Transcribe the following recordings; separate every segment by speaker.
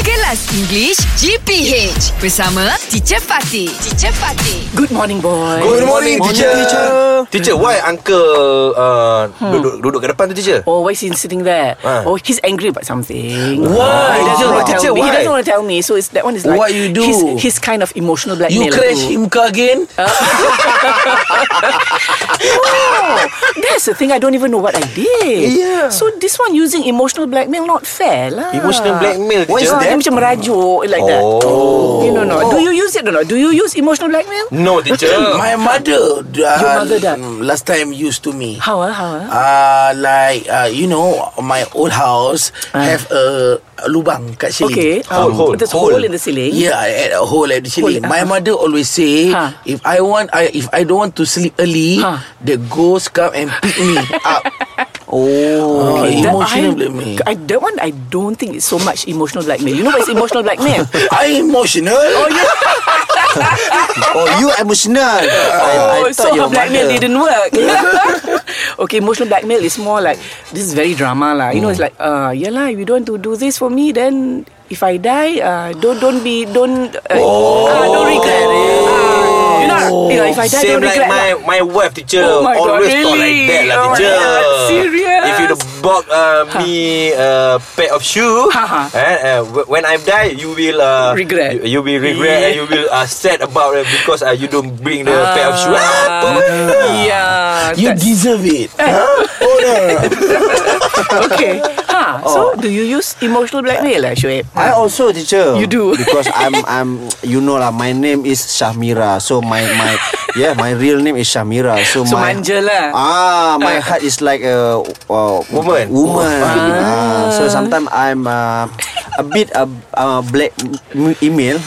Speaker 1: Kelas English GPH bersama Teacher Fatih. Teacher Fatih.
Speaker 2: Good morning, boy.
Speaker 3: Good morning,
Speaker 4: Morning,
Speaker 3: teacher.
Speaker 4: teacher.
Speaker 3: Teacher, why uncle uh,
Speaker 2: Hmm.
Speaker 3: duduk duduk kat depan tu teacher?
Speaker 2: Oh, why is he sitting there?
Speaker 3: Ah.
Speaker 2: Oh, he's angry about something. Oh,
Speaker 3: Why?
Speaker 2: He doesn't
Speaker 3: Teacher,
Speaker 2: want to tell
Speaker 3: teacher,
Speaker 2: me. He
Speaker 3: why?
Speaker 2: doesn't want to tell me. So it's that one is like
Speaker 4: What you do?
Speaker 2: He's, he's kind of emotional blackmail.
Speaker 4: You crash
Speaker 2: too.
Speaker 4: him car again?
Speaker 2: Oh, that's the thing. I don't even know what I did.
Speaker 3: Yeah.
Speaker 2: So this one using emotional blackmail not fair lah.
Speaker 3: Emotional blackmail
Speaker 2: Why is
Speaker 3: teacher.
Speaker 2: that? Macam merajuk like that.
Speaker 3: Oh.
Speaker 2: You know not. Do you use it or not? Do you use emotional blackmail?
Speaker 3: No teacher.
Speaker 4: My mother. Your
Speaker 2: mother done?
Speaker 4: Last time used to me.
Speaker 2: How ah? How ah?
Speaker 4: Uh, like uh, you know my old house
Speaker 2: Ah.
Speaker 4: have a, a lubang kat sini.
Speaker 2: Okay.
Speaker 3: Hole, hole,
Speaker 2: There's a
Speaker 3: hole.
Speaker 2: hole in the ceiling.
Speaker 4: Yeah, I had a hole at the ceiling.
Speaker 2: Hole, uh-huh.
Speaker 4: My mother always say,
Speaker 2: Ha.
Speaker 4: if I want, I if I don't want to sleep early,
Speaker 2: Ha.
Speaker 4: the ghost come and pick me up. Oh,
Speaker 2: Okay, that
Speaker 4: emotional
Speaker 2: I-
Speaker 4: blackmail.
Speaker 2: I, that one I don't think it's so much emotional blackmail. You know what is emotional blackmail?
Speaker 4: I emotional. Oh,
Speaker 3: oh, you emotional.
Speaker 2: Oh,
Speaker 4: I
Speaker 2: so
Speaker 4: thought
Speaker 2: her
Speaker 4: your
Speaker 2: blackmail
Speaker 4: mother.
Speaker 2: didn't work. okay, emotional blackmail is more like this is very drama lah. You know, it's like uh, yeah lah. If you don't want to do this for me, then if I die, uh, don't don't be don't uh, ah, don't regret. Ah, you know, you know, if I die,
Speaker 3: Same
Speaker 2: don't
Speaker 3: like
Speaker 2: regret.
Speaker 3: my
Speaker 2: lah.
Speaker 3: my wife teacher
Speaker 2: Oh my God,
Speaker 3: always talk like
Speaker 2: really?
Speaker 3: that lah
Speaker 2: Oh my
Speaker 3: teacher.
Speaker 2: God, serious?
Speaker 3: If you bought uh, me a pair of shoe,
Speaker 2: Ha, ha.
Speaker 3: and uh, wh- when I die, you will uh,
Speaker 2: Regret.
Speaker 3: You, you will regret and you will uh, sad about it because uh, you don't bring the pair of shoe. Apa
Speaker 2: Ah,
Speaker 3: benda?
Speaker 2: Uh, yeah.
Speaker 4: you
Speaker 2: that's-
Speaker 4: deserve it. Huh? Oh, no.
Speaker 2: okay. Ha. So do you use emotional blackmail lah, Shoaib?
Speaker 5: I also teacher.
Speaker 2: You do.
Speaker 5: because I'm I'm you know lah. My name is Shamira, so my my yeah my real name is Shamira. So,
Speaker 2: So
Speaker 5: my
Speaker 2: manja lah.
Speaker 5: ah my heart is like a uh,
Speaker 3: Woman.
Speaker 5: Woman.
Speaker 2: Oh.
Speaker 5: Ah. so sometimes I'm uh, a bit a uh, black m- email.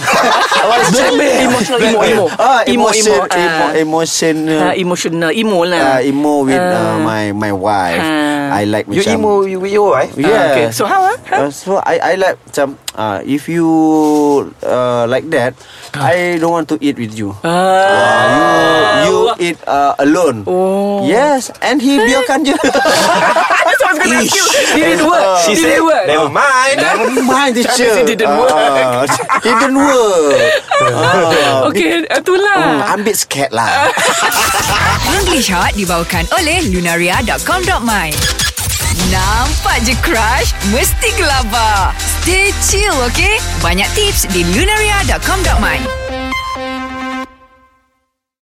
Speaker 2: Emotional emo emo.
Speaker 5: ah emotion
Speaker 2: emo.
Speaker 5: emo,
Speaker 2: Ah.
Speaker 5: emotion.
Speaker 2: Ah,
Speaker 5: Uh,
Speaker 2: emotional emo lah.
Speaker 5: uh, emo with uh, my my wife.
Speaker 2: Ah.
Speaker 5: I like
Speaker 3: You
Speaker 5: macam-
Speaker 3: emo you eh. with your wife?
Speaker 5: Yeah.
Speaker 2: Ah, okay. So how ah? Huh?
Speaker 5: Uh, so I I like macam uh, if you uh, like that, I don't want to eat with you. Uh,
Speaker 2: Ah.
Speaker 5: You eat uh, alone.
Speaker 2: Oh.
Speaker 5: Yes, and he biarkan je.
Speaker 2: Ah, That's what I was going to ask you. Did it work?
Speaker 3: She
Speaker 2: Did
Speaker 3: said,
Speaker 2: it work?
Speaker 3: never mind.
Speaker 5: Never mind, teacher.
Speaker 2: It didn't work.
Speaker 5: Ah, it didn't work. Ah,
Speaker 2: Okay,
Speaker 5: hmm,
Speaker 2: itulah.
Speaker 5: I'm a bit scared lah.
Speaker 1: English Hot dibawakan oleh lunaria.com.my. Nampak je crush? Mesti gelabah. Stay chill, okay? Banyak tips di lunaria.com.my.